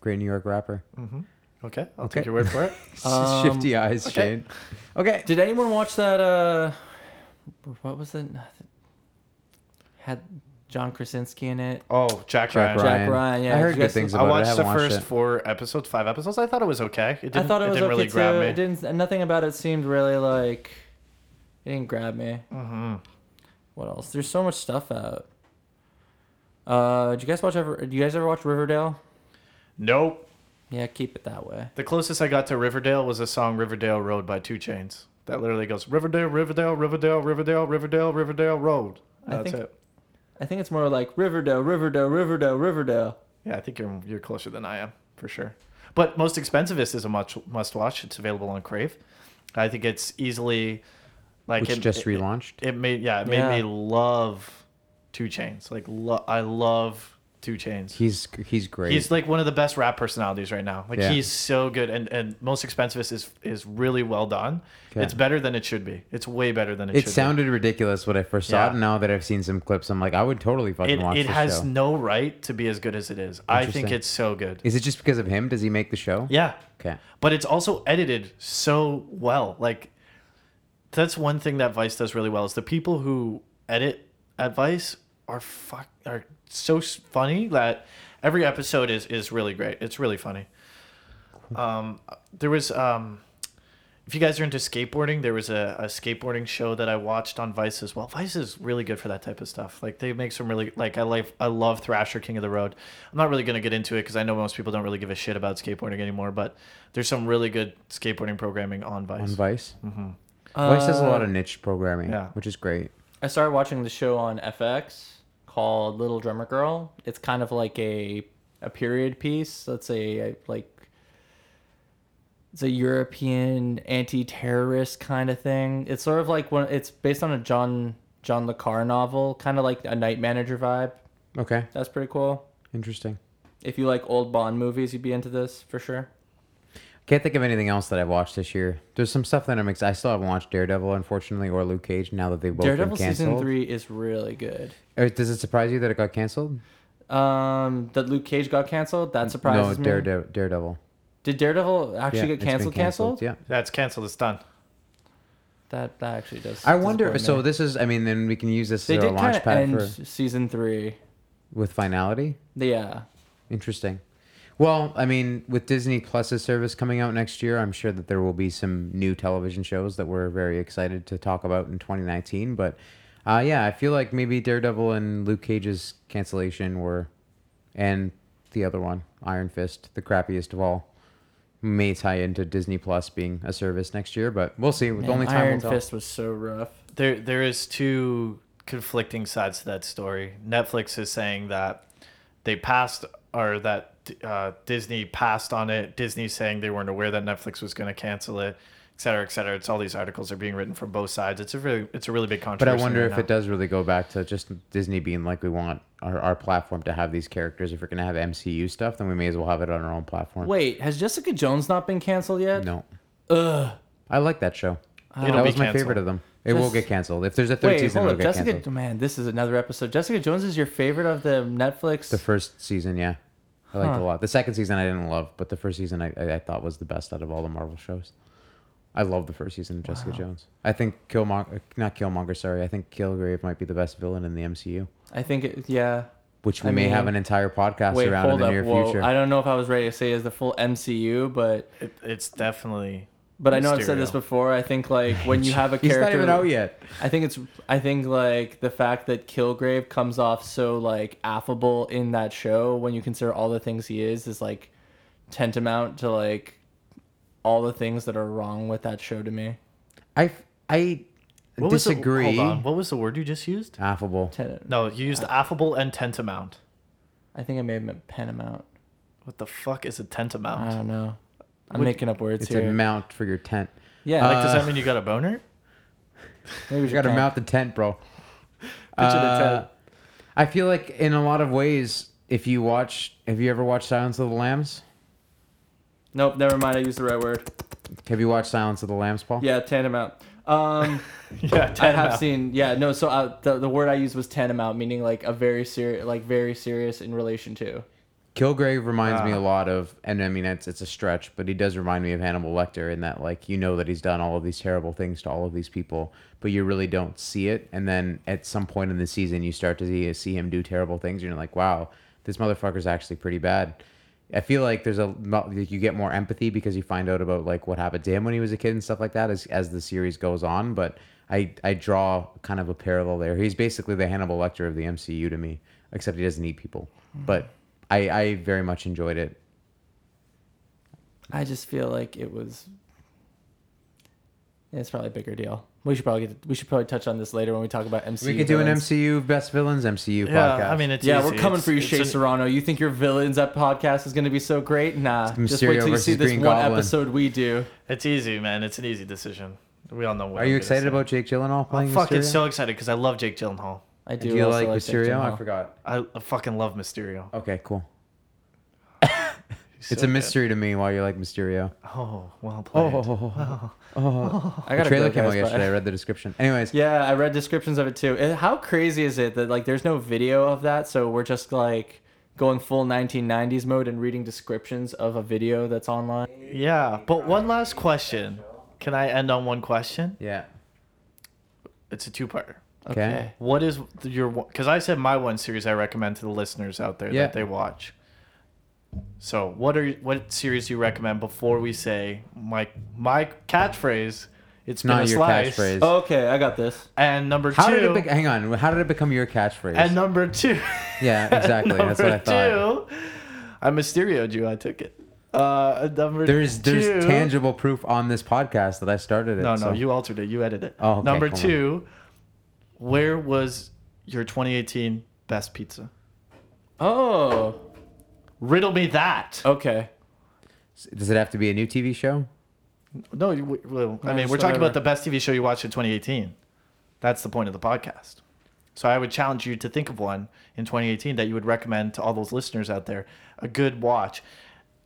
Speaker 2: Great New York rapper. <laughs>
Speaker 1: Mm-hmm. Okay, I'll
Speaker 2: Okay.
Speaker 1: take your word for it.
Speaker 3: <laughs> Um,
Speaker 2: Shifty eyes,
Speaker 1: okay.
Speaker 2: Shane. Okay.
Speaker 3: Did anyone watch that? uh What was it? Had John Krasinski in it?
Speaker 1: Oh, Jack, Ryan.
Speaker 3: Jack Ryan, yeah,
Speaker 2: I
Speaker 3: did
Speaker 2: heard
Speaker 3: you
Speaker 2: good
Speaker 3: guys-
Speaker 2: things
Speaker 1: I
Speaker 2: about
Speaker 1: watched
Speaker 2: it. I
Speaker 1: the
Speaker 2: haven't watched
Speaker 1: first
Speaker 2: it.
Speaker 1: four episodes, five episodes. I thought it was okay. It didn't,
Speaker 3: I thought it was
Speaker 1: didn't
Speaker 3: okay
Speaker 1: really
Speaker 3: too.
Speaker 1: grab me.
Speaker 3: It didn't. Nothing about it seemed really like. It didn't grab me.
Speaker 1: Mm-hmm.
Speaker 3: What else? There's so much stuff out. Uh, did you guys watch ever? Do you guys ever watch Riverdale?
Speaker 1: Nope.
Speaker 3: Yeah, keep it that way.
Speaker 1: The closest I got to Riverdale was the song Riverdale Road by Two Chains. That literally goes Riverdale, Riverdale, Riverdale, Riverdale, Riverdale, Riverdale Road.
Speaker 3: I
Speaker 1: That's
Speaker 3: think
Speaker 1: it.
Speaker 3: I think it's more like Riverdale, Riverdale, Riverdale, Riverdale.
Speaker 1: Yeah, I think you're you're closer than I am for sure. But most expensivest is a much must watch. It's available on Crave. I think it's easily like
Speaker 2: which
Speaker 1: it,
Speaker 2: just
Speaker 1: it-
Speaker 2: relaunched.
Speaker 1: It, made yeah, it made
Speaker 3: Yeah.
Speaker 1: me love Two Chains. Like lo- I love Two Chains.
Speaker 2: he's he's great.
Speaker 1: He's like one of the best rap personalities right now. Like
Speaker 2: Yeah.
Speaker 1: he's so good, and and most expensivest is is really well done.
Speaker 2: Yeah.
Speaker 1: It's better than it should be. It's way better than it, should
Speaker 2: it
Speaker 1: be.
Speaker 2: sounded ridiculous when I first saw
Speaker 1: Yeah.
Speaker 2: it. And now that I've seen some clips, I'm like, I would totally fucking
Speaker 1: It,
Speaker 2: watch
Speaker 1: it
Speaker 2: this
Speaker 1: has
Speaker 2: show.
Speaker 1: no right to be as good as it is. I think
Speaker 2: Interesting.
Speaker 1: it's so good.
Speaker 2: Is it just because of him? Does he make the show?
Speaker 1: yeah.
Speaker 2: Okay.
Speaker 1: But it's also edited so well. Like that's one thing that Vice does really well is the people who edit at Vice are fuck are so s- funny that every episode is is really great. It's really funny. Um, there was um, if you guys are into skateboarding, there was a, a skateboarding show that I watched on Vice as well. Vice is really good for that type of stuff. Like they make some really like I like I love Thrasher King of the Road. I'm not really gonna get into it because I know most people don't really give a shit about skateboarding anymore. But there's some really good skateboarding programming on Vice.
Speaker 2: On Vice. Vice has a
Speaker 3: Uh,
Speaker 2: lot of niche programming,
Speaker 1: yeah.
Speaker 2: which is great.
Speaker 3: I started watching the show on FX called Little Drummer Girl. It's kind of like a a period piece. Let's say like it's a European anti-terrorist kind of thing. It's sort of like one. It's based on a John John le Carre novel, kind of like a Night Manager vibe.
Speaker 2: Okay.
Speaker 3: That's pretty cool.
Speaker 2: Interesting.
Speaker 3: If you like old Bond movies, you'd be into this for sure.
Speaker 2: Can't think of anything else that I've watched this year. There's some stuff that I'm excited. I still haven't watched Daredevil, unfortunately, or Luke Cage. Now that they've both
Speaker 3: Daredevil
Speaker 2: been canceled.
Speaker 3: season three is really good.
Speaker 2: Or does it surprise you that it got canceled?
Speaker 3: Um, that Luke Cage got canceled. That surprises
Speaker 2: no,
Speaker 3: me.
Speaker 2: Daredevil. Daredevil.
Speaker 3: Did Daredevil actually
Speaker 2: Yeah,
Speaker 3: get
Speaker 2: it's been
Speaker 3: canceled? Canceled?
Speaker 2: Yeah.
Speaker 1: That's canceled. It's done.
Speaker 3: That that actually does.
Speaker 2: I wonder.
Speaker 3: disappoint
Speaker 2: So
Speaker 3: me.
Speaker 2: this is. I mean, then we can use this
Speaker 3: they
Speaker 2: as our
Speaker 3: did kind
Speaker 2: launch
Speaker 3: of
Speaker 2: pad
Speaker 3: end
Speaker 2: for
Speaker 3: season three.
Speaker 2: with finality.
Speaker 3: Yeah,
Speaker 2: Interesting. Well, I mean, with Disney Plus's service coming out next year, I'm sure that there will be some new television shows that we're very excited to talk about in 2019. But uh, yeah, I feel like maybe Daredevil and Luke Cage's cancellation were, and the other one, Iron Fist, the crappiest of all, may tie into Disney Plus being a service next year. But we'll see. the
Speaker 3: Man,
Speaker 2: only time
Speaker 3: Iron
Speaker 2: will
Speaker 3: Fist was so rough.
Speaker 1: There, there is two conflicting sides to that story. Netflix is saying that they passed, or that uh, Disney passed on it. Disney saying they weren't aware that Netflix was going to cancel it, et cetera, et cetera. It's all these articles are being written from both sides. It's a really, it's a really big
Speaker 2: But I
Speaker 1: controversy.
Speaker 2: wonder
Speaker 1: right
Speaker 2: if
Speaker 1: now.
Speaker 2: it does really go back to just Disney being like, we want our, our platform to have these characters. If we're going to have MCU stuff, then we may as well have it on our own platform.
Speaker 3: Wait, has Jessica Jones not been canceled yet?
Speaker 2: No.
Speaker 3: Ugh.
Speaker 2: I like that show.
Speaker 1: It'll
Speaker 2: that
Speaker 1: be
Speaker 2: was my
Speaker 1: canceled.
Speaker 2: favorite of them. It will
Speaker 3: Just-
Speaker 2: get canceled. If there's a third
Speaker 3: Wait,
Speaker 2: season,
Speaker 3: hold
Speaker 2: it'll
Speaker 3: up.
Speaker 2: get
Speaker 3: Jessica,
Speaker 2: canceled.
Speaker 3: man, this is another episode. Jessica Jones is your favorite of the Netflix.
Speaker 2: The first season, yeah. I liked it
Speaker 3: Huh.
Speaker 2: a lot. The second season I didn't love, but the first season I, I, I thought was the best out of all the Marvel shows. I love the first season of Jessica Jones. I think Killmonger, not Killmonger, sorry. I think Killgrave might be the best villain in the MCU,
Speaker 3: I think, it, yeah.
Speaker 2: which we
Speaker 3: I
Speaker 2: may have
Speaker 3: mean-
Speaker 2: an entire podcast
Speaker 3: Wait,
Speaker 2: around in
Speaker 3: hold
Speaker 2: the
Speaker 3: up.
Speaker 2: near
Speaker 3: Whoa,
Speaker 2: future.
Speaker 3: I don't know if I was ready to say is the full MCU, but
Speaker 1: It- it's definitely.
Speaker 3: but I know I've said this
Speaker 1: Mysterio.
Speaker 3: before. I think like when you have a
Speaker 2: <laughs> He's
Speaker 3: character,
Speaker 2: not even out yet.
Speaker 3: I think it's I think like the fact that Kilgrave comes off so like affable in that show when you consider all the things he is is like tantamount to like all the things that are wrong with that show to me.
Speaker 2: I I
Speaker 1: What was the-
Speaker 2: disagree. Uh,
Speaker 1: hold on. What was the word you just used?
Speaker 2: Affable.
Speaker 3: Ten,
Speaker 1: No, you used affable and tentamount.
Speaker 3: I think I may have meant Panamount.
Speaker 1: What the fuck is a
Speaker 3: I
Speaker 2: uh,
Speaker 1: tentamount?
Speaker 3: don't know. I'm
Speaker 2: Would-
Speaker 3: making up words
Speaker 2: It's
Speaker 3: here.
Speaker 2: a mount for your tent.
Speaker 3: yeah,
Speaker 1: like,
Speaker 3: like
Speaker 1: does
Speaker 2: uh,
Speaker 1: that mean you got a boner? <laughs>
Speaker 3: maybe we
Speaker 2: You
Speaker 3: should
Speaker 2: gotta
Speaker 3: count.
Speaker 2: mount the tent, bro.
Speaker 1: Picture the
Speaker 2: Uh,
Speaker 1: tent.
Speaker 2: I feel like in a lot of ways, if you watch, have you ever watched Silence of the Lambs?
Speaker 3: Nope, never mind. I used the right word.
Speaker 2: Have you watched Silence of the Lambs, Paul?
Speaker 3: Yeah, tantamount. Um,
Speaker 1: Yeah,
Speaker 3: I have seen. Yeah, no. So uh, the the word I used was tantamount, meaning like a very serious, like very serious in relation to.
Speaker 2: Kilgrave reminds me
Speaker 1: Ah.
Speaker 2: a lot of, and I mean it's it's a stretch, but he does remind me of Hannibal Lecter in that like you know that he's done all of these terrible things to all of these people, but you really don't see it. And then at some point in the season, you start to see, see him do terrible things, and you're like, wow, this motherfucker's actually pretty bad. I feel like there's a mo- like you get more empathy because you find out about like what happened to him when he was a kid and stuff like that as as the series goes on. But I I draw kind of a parallel there. He's basically the Hannibal Lecter of the MCU to me, except he doesn't eat people. But I I very much enjoyed it.
Speaker 3: I just feel like it was. It's probably a bigger deal. We should probably get, we should probably touch on this later when we talk about MCU.
Speaker 2: We could do an
Speaker 3: villains.
Speaker 2: MCU best villains MCU podcast.
Speaker 1: Yeah, I mean, it's
Speaker 3: Yeah,
Speaker 1: easy.
Speaker 3: we're coming
Speaker 1: It's-
Speaker 3: for you,
Speaker 1: it's
Speaker 3: Shay
Speaker 1: an-
Speaker 3: Serrano. You think your villains that podcast is going to be so great? Nah, just
Speaker 2: Mysterio
Speaker 3: wait till you
Speaker 2: versus
Speaker 3: see this
Speaker 2: Green
Speaker 3: one
Speaker 2: Goblin.
Speaker 3: episode we do.
Speaker 1: It's easy, man. It's an easy decision. We all know. What
Speaker 2: Are
Speaker 1: I'm
Speaker 2: you
Speaker 1: gonna
Speaker 2: excited
Speaker 1: say.
Speaker 2: about Jake Gyllenhaal
Speaker 1: I'm
Speaker 2: playing
Speaker 1: fucking
Speaker 2: Mysterio?
Speaker 1: so excited because I love Jake Gyllenhaal.
Speaker 3: I do.
Speaker 2: Do you
Speaker 3: also
Speaker 2: like
Speaker 3: Jake
Speaker 2: Mysterio? I
Speaker 3: Gyllenhaal.
Speaker 2: forgot.
Speaker 1: I, I fucking love Mysterio.
Speaker 2: Okay, cool.
Speaker 1: He's
Speaker 2: It's
Speaker 1: so
Speaker 2: a
Speaker 1: good.
Speaker 2: mystery to me why you like Mysterio.
Speaker 1: Oh, well
Speaker 2: Oh,
Speaker 1: played.
Speaker 2: oh, oh, oh, oh.
Speaker 3: I
Speaker 2: the
Speaker 3: gotta
Speaker 2: trailer
Speaker 3: go,
Speaker 2: came out
Speaker 3: guys, but-
Speaker 2: yesterday. I read the description. Anyways,
Speaker 3: <laughs> Yeah, I read descriptions of it too. And how crazy is it that like there's no video of that, so we're just like going full 1990s mode and reading descriptions of a video that's online.
Speaker 1: Yeah, but one last question. Can I end on one question?
Speaker 2: yeah.
Speaker 1: It's a two-parter.
Speaker 2: Okay.
Speaker 1: What is your because I said my one series I recommend to the listeners out there
Speaker 2: Yeah.
Speaker 1: that they watch. So what are what series do you recommend before we say my my catchphrase? It's been
Speaker 2: Not
Speaker 1: a
Speaker 2: your
Speaker 1: slice.
Speaker 2: catchphrase.
Speaker 3: Okay, I got this.
Speaker 1: And number
Speaker 2: How
Speaker 1: two.
Speaker 2: did it? Be- hang on. How did it become your catchphrase?
Speaker 1: and number two. <laughs>
Speaker 2: yeah, exactly.
Speaker 1: number
Speaker 2: That's what I thought.
Speaker 1: two. I mysterioed you. I took it. Uh, number
Speaker 2: There's there's
Speaker 1: two-
Speaker 2: tangible proof on this podcast that I started it.
Speaker 1: No, no,
Speaker 2: so-
Speaker 1: you altered it. You edited it.
Speaker 2: Oh, okay,
Speaker 1: number
Speaker 2: cool.
Speaker 1: two. Where was your 2018 best pizza?
Speaker 3: Oh,
Speaker 1: Riddle me that.
Speaker 3: okay.
Speaker 2: Does it have to be a new TV show?
Speaker 1: No, you, we- well, I
Speaker 3: No,
Speaker 1: mean,
Speaker 3: just
Speaker 1: we're talking
Speaker 3: whatever.
Speaker 1: about the best TV show you watched in 2018. That's the point of the podcast. So I would challenge you to think of one in 2018 that you would recommend to all those listeners out there. A good watch.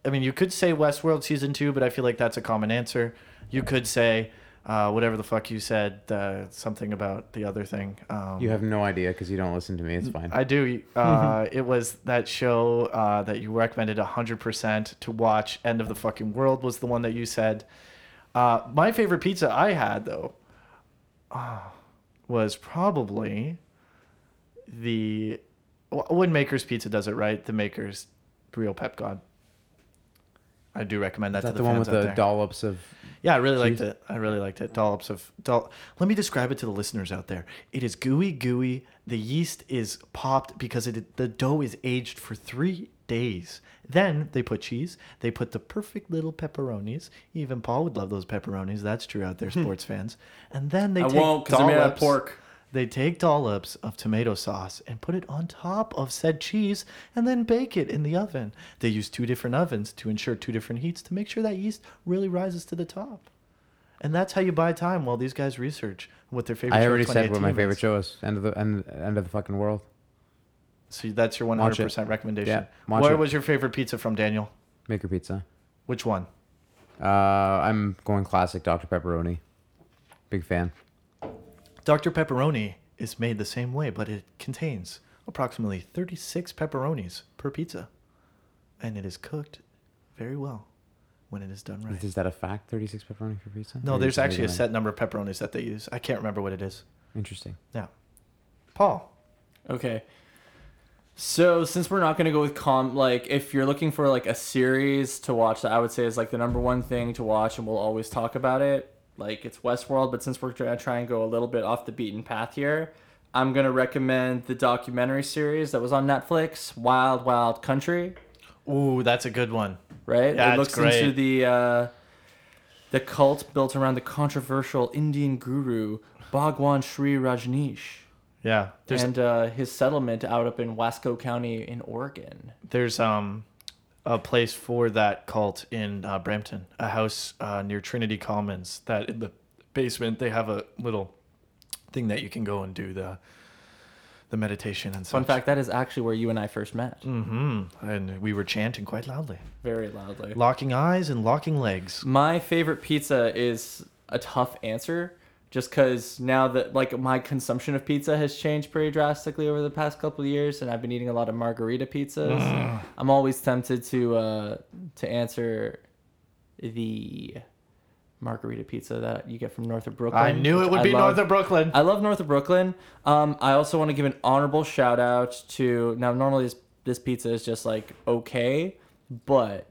Speaker 1: I mean, you could say Westworld season two, but I feel like that's a common answer. You could say uh, whatever the fuck you said, uh, something about the other thing. Um,
Speaker 2: You have no idea because you don't listen to me. It's fine. Mm-hmm.
Speaker 1: I do. Uh, it was that show uh, that you recommended 100% to watch. End of the fucking world was the one that you said. Uh, my favorite pizza I had, though, uh, was probably the. When Maker's Pizza does it right, the Maker's Real Pep God. I do recommend that
Speaker 2: Is that
Speaker 1: to
Speaker 2: the
Speaker 1: the,
Speaker 2: one
Speaker 1: fans
Speaker 2: with
Speaker 1: out
Speaker 2: the
Speaker 1: there.
Speaker 2: dollops of?
Speaker 1: Yeah, I really liked it. I really liked it. Dollops of doll. Let me describe it to the listeners out there. It is gooey, gooey. The yeast is popped because it the dough is aged for three days. Then they put cheese. They put the perfect little pepperonis. Even Paul would love those pepperonis. That's true out there, sports fans. And then they
Speaker 3: Hmm. I
Speaker 1: take
Speaker 3: won't, 'cause they're made out of
Speaker 1: dollops-
Speaker 3: pork.
Speaker 1: They take dollops of tomato sauce and put it on top of said cheese and then bake it in the oven. They use two different ovens to ensure two different heats to make sure that yeast really rises to the top. And that's how you buy time while these guys research what their favorite
Speaker 2: I
Speaker 1: show
Speaker 2: already
Speaker 1: of
Speaker 2: said what my
Speaker 1: 2018
Speaker 2: favorite
Speaker 1: was.
Speaker 2: show is. End of the end, end of the fucking world.
Speaker 1: So that's your
Speaker 2: Watch it.
Speaker 1: 100% recommendation.
Speaker 2: Yeah, watch
Speaker 1: Where
Speaker 2: it.
Speaker 1: was your favorite pizza from, Daniel?
Speaker 2: Maker pizza.
Speaker 1: Which one?
Speaker 2: Uh, I'm going classic Dr Pepperoni. Big fan.
Speaker 1: Dr. Pepperoni is made the same way, but it contains approximately 36 pepperonis per pizza. And it is cooked very well when it is done right.
Speaker 2: Is that a fact? Thirty six pepperoni for pizza?
Speaker 1: No,
Speaker 2: Or
Speaker 1: there's
Speaker 2: just
Speaker 1: actually a
Speaker 2: regular?
Speaker 1: set number of pepperonis that they use. I can't remember what it is.
Speaker 2: Interesting.
Speaker 1: Yeah. Paul.
Speaker 3: Okay. So since we're not gonna go with com like if you're looking for like a series to watch that I would say is like the number one thing to watch and we'll always talk about it. Like it's Westworld, but since we're gonna try and go a little bit off the beaten path here, I'm gonna recommend the documentary series that was on Netflix, Wild Wild Country.
Speaker 1: Ooh, that's a good one.
Speaker 3: Right?
Speaker 1: Yeah,
Speaker 3: it
Speaker 1: it's
Speaker 3: looks
Speaker 1: great.
Speaker 3: into the uh, the cult built around the controversial Indian guru Bhagwan Sri Rajneesh
Speaker 1: Yeah. There's
Speaker 3: and uh, his settlement out up in Wasco County in Oregon.
Speaker 1: there's um a place for that cult in uh, Brampton, a house uh, near Trinity Commons. That in the basement they have a little thing that you can go and do the the meditation and
Speaker 3: Fun
Speaker 1: such.
Speaker 3: fact: that is actually where you and I first met,
Speaker 1: hmm And we were chanting quite loudly,
Speaker 3: very loudly.
Speaker 1: locking eyes and locking legs.
Speaker 3: My favorite pizza is a tough answer, just because now that like my consumption of pizza has changed pretty drastically over the past couple of years, and I've been eating a lot of margarita pizzas. I'm always tempted to uh, to answer the margarita pizza that you get from north of Brooklyn.
Speaker 1: I knew it
Speaker 3: which
Speaker 1: would be
Speaker 3: love.
Speaker 1: north of Brooklyn.
Speaker 3: I love North of Brooklyn. Um, I also want to give an honorable shout out to now. Normally, this, this pizza is just like okay, but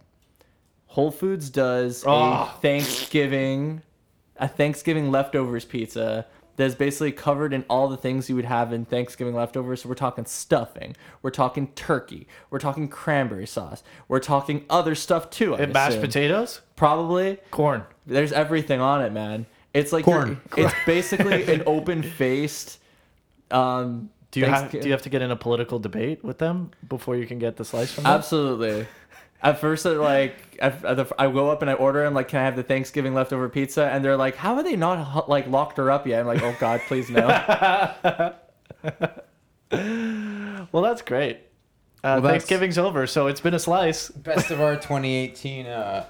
Speaker 3: Whole Foods does
Speaker 1: Oh.
Speaker 3: a Thanksgiving, a Thanksgiving leftovers pizza that's basically covered in all the things you would have in Thanksgiving leftovers. So we're talking stuffing, we're talking turkey, we're talking cranberry sauce, we're talking other stuff too. I
Speaker 1: and mashed
Speaker 3: assume.
Speaker 1: potatoes,
Speaker 3: probably
Speaker 1: corn.
Speaker 3: there's everything on it, man. It's like
Speaker 2: Corn.
Speaker 3: you're- It's basically an open faced. Um,
Speaker 1: Do you have
Speaker 3: Thanksgi-
Speaker 1: do you have to get in a political debate with them before you can get the slice from them?
Speaker 3: Absolutely. At first, they're like, at, at the, I go up and I order and like, can I have the Thanksgiving leftover pizza? And they're like, how are they not ho- like locked her up yet? I'm like, oh God, please no.
Speaker 1: Well, that's great. Uh,
Speaker 2: Well, that's-
Speaker 1: Thanksgiving's over, so it's been a slice.
Speaker 2: best of our 2018. Uh,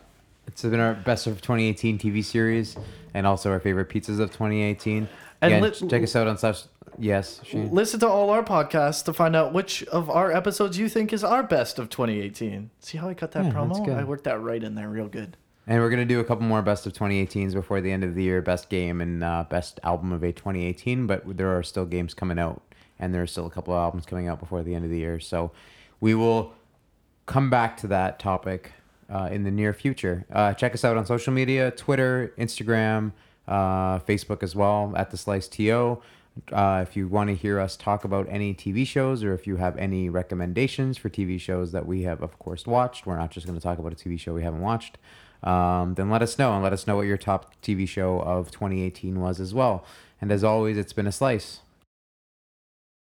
Speaker 2: it's been our best of 2018 TV series, and also our favorite pizzas of 2018.
Speaker 1: And
Speaker 2: Again,
Speaker 1: let-
Speaker 2: check us out on slash. Yes, Shane.
Speaker 1: Listen to all our podcasts to find out which of our episodes you think is our best of 2018. See how I cut that
Speaker 2: Yeah, that's
Speaker 1: promo?
Speaker 2: good.
Speaker 1: I worked that right in there real good.
Speaker 2: And we're gonna do a couple more best of 2018s before the end of the year. Best game and uh, best album of a 2018. But there are still games coming out, and there are still a couple of albums coming out before the end of the year. So we will come back to that topic uh, in the near future. Uh, check us out on social media: Twitter, Instagram, uh, Facebook as well at the Slice To. Uh, if you want to hear us talk about any TV shows, or if you have any recommendations for TV shows that we have, of course, watched, we're not just going to talk about a TV show we haven't watched. Um, then let us know and let us know what your top TV show of 2018 was as well. And as always, it's been a slice.